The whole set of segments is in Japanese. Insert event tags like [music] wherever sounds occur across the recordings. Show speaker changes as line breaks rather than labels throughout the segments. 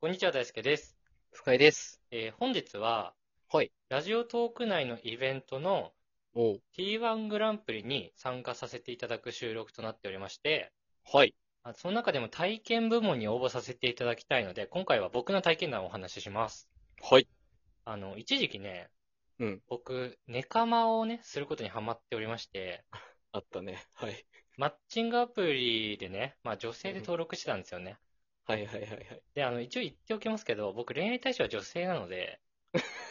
こんにちは、大輔です。
深井です。
えー本日は、
はい
ラジオトーク内のイベントの
おう
T1 グランプリに参加させていただく収録となっておりまして、
はい。
あその中でも体験部門に応募させていただきたいので、今回は僕の体験談をお話しします。
はい。
あの、一時期ね、
うん
僕、ネカマをね、することにハマっておりまして、
あったね。はい。
マッチングアプリでね、まあ女性で登録してたんですよね。
はいはいはいはい。
で、あの、一応言っておきますけど、僕恋愛対象は女性なので、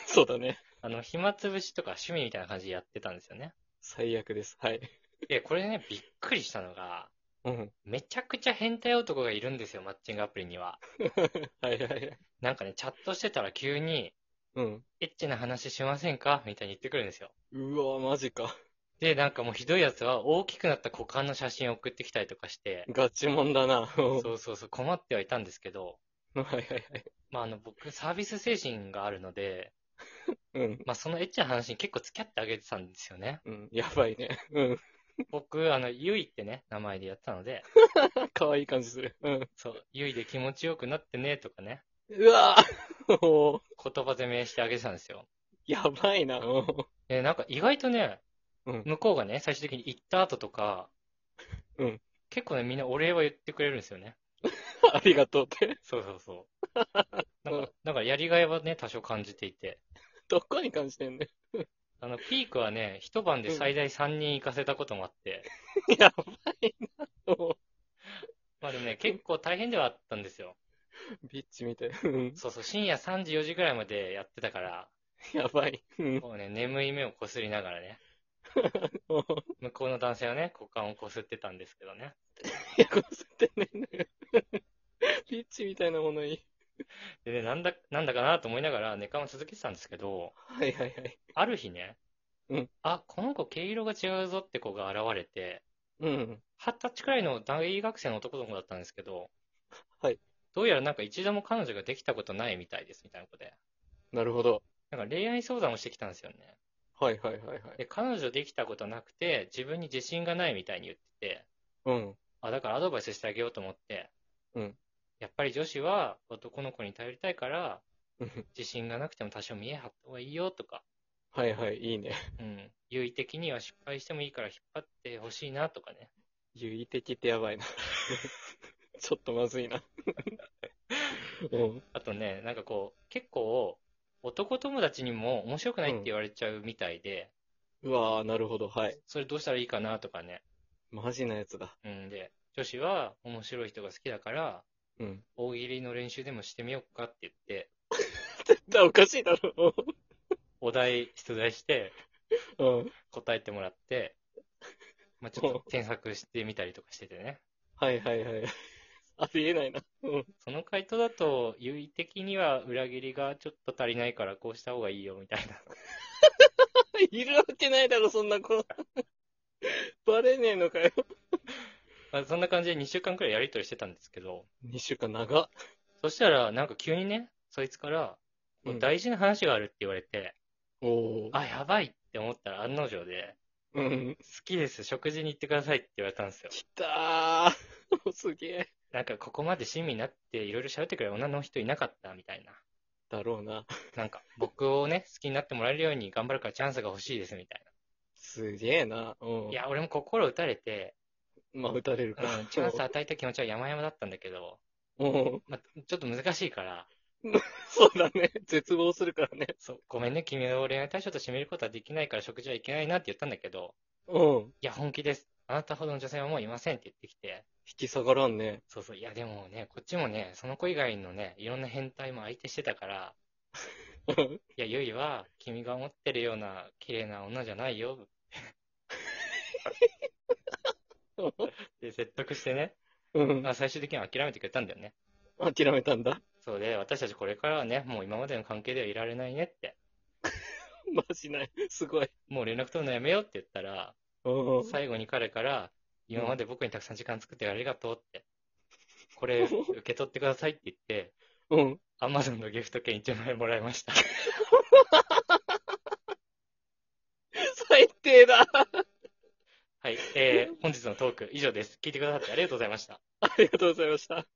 そうだね。
あの、暇つぶしとか趣味みたいな感じでやってたんですよね。
最悪です。はい。
で、これね、びっくりしたのが、
うん。 [laughs]
めちゃくちゃ変態男がいるんですよ、マッチングアプリには。
はいはいはい。
なんかね、チャットしてたら急に、
うん。
エッチな話しませんかみたいに言ってくるんですよ。
うわマジか。
で、なんかもうひどいやつは大きくなった股間の写真を送ってきたりとかして、
ガチモンだな。うん
そうそうそう、困ってはいたんですけど、
はいはいはい。
まあ、あの、僕、サービス精神があるので、
うん。
まあ、そのエッチな話に結構付き合ってあげてたんですよね。
うん。やばいね。うん。 [laughs]
僕、あの、ゆいってね、名前でやってたので、
可愛い感じする。うん。
そう、ゆいで気持ちよくなってね、とかね、
うわ [laughs] おう
言葉攻めしてあげてたんですよ。
やばいな。うん
えーなんか意外とね、
うん
向こうがね、最終的に行った後とか、
うん
結構ね、みんなお礼は言ってくれるんですよね。
ありがとうって。
そうそうそう。
う
[laughs] なん
ん
か、なんかやりがいはね、多少感じていて。
どこに感じてんね。
あの、ピークはね、一晩で最大3人行かせたこともあって、
やばいな。おう
まあでもね、結構大変ではあったんですよ。
ビッチ見て。うん。
そうそう、深夜3時、4時ぐらいまでやってたから、
やばい。うん。 [laughs]
こうね、眠い目をこすりながらね、
おう
向こうの男性はね、股間をこすってたんですけどね。
いや、こすってねんね。ビッチみたいなものいい。
でね、なんだ、なんだかなと思いながら、寝かも続けてたんですけど、
はいはいはい。
ある日ね、
うん
あ、この子毛色が違うぞって子が現れて、
うん。
二十歳くらいの大学生の男の子だったんですけど、
はい。
どうやらなんか一度も彼女ができたことないみたいですみたいな子で、
なるほど。
なんか恋愛相談をしてきたんですよね。
はいはいはいはい。
で、彼女できたことなくて、自分に自信がないみたいに言ってて、
うん。
あ、だからアドバイスしてあげようと思って、
うん
やっぱり女子は男の子に頼りたいから、
うん
自信がなくても多少見え張った方がいいよとか、
はいはい、いいね。
うん、優位的には失敗してもいいから引っ張ってほしいなとかね。
優位的ってやばいな。 [laughs] ちょっとまずいな。うん。
あとね、なんかこう、結構、男友達にも面白くないって言われちゃうみたいで、
うわー、なるほど。はい。
それどうしたらいいかなとかね。
マジなやつだ。
うんで、女子は面白い人が好きだから、
うん。
大喜利の練習でもしてみようかって言って、
絶対おかしいだろ。
お題出題して
うん。
答えてもらって、まあ、ちょっと添削してみたりとかしててね。
はいはいはい。ありえないな。うん。
その回答だと、優位的には裏切りがちょっと足りないからこうした方がいいよみたいな。
いるわけないだろ、そんな子。バレねえのかよ。
まあ、そんな感じで2週間くらいやりとりしてたんですけど、
2週間長っ。
そしたら、なんか急にね、そいつから、
うん
もう大事な話があるって言われて、
おー。
あ、やばいって思ったら案の定で、
うん。
好きです、食事に行ってくださいって言われたんですよ。
きたー。 [laughs] すげえ。
なんか、ここまで親身になっていろいろ喋ってくれる女の人いなかったみたいな。
だろうな。
なんか、僕をね、好きになってもらえるように頑張るからチャンスが欲しいですみたい
すげえな。うん。
な。いや、俺も心打たれて、
まあ、打たれる
う
か。 [laughs]
ん、チャンス与えた気持ちは山々だったんだけど、
うん。
まあ、ちょっと難しいから、
そうだね。絶望するからね。
そう、ごめんね、君を恋愛対象としてめることはできないから食事はいけないなって言ったんだけど、
うん。
いや、本気です。あなたほどの女性はもういませんって言ってきて、
引き下がらんね。
そうそう、いや、でもね、こっちもね、その子以外のね、いろんな変態も相手してたから、いや、ゆいは、君が思ってるような綺麗な女じゃないよって説得してね、
うん
ま。あ、最終的には諦めてくれたんだよね。
諦めたんだ。 [laughs]
そうで、私たちこれからはね、もう今までの関係ではいられないねって、
マジない。すごい。
もう連絡取るのやめようって言ったら、
うん。
最後に彼から、今まで僕にたくさん時間作ってありがとうって、これ受け取ってくださいって言って、
うん。
アマゾンのギフト券1万円もらいました。
最低だ。
はい、えー、本日のトーク以上です。聞いてくださってありがとうございました。
ありがとうございました。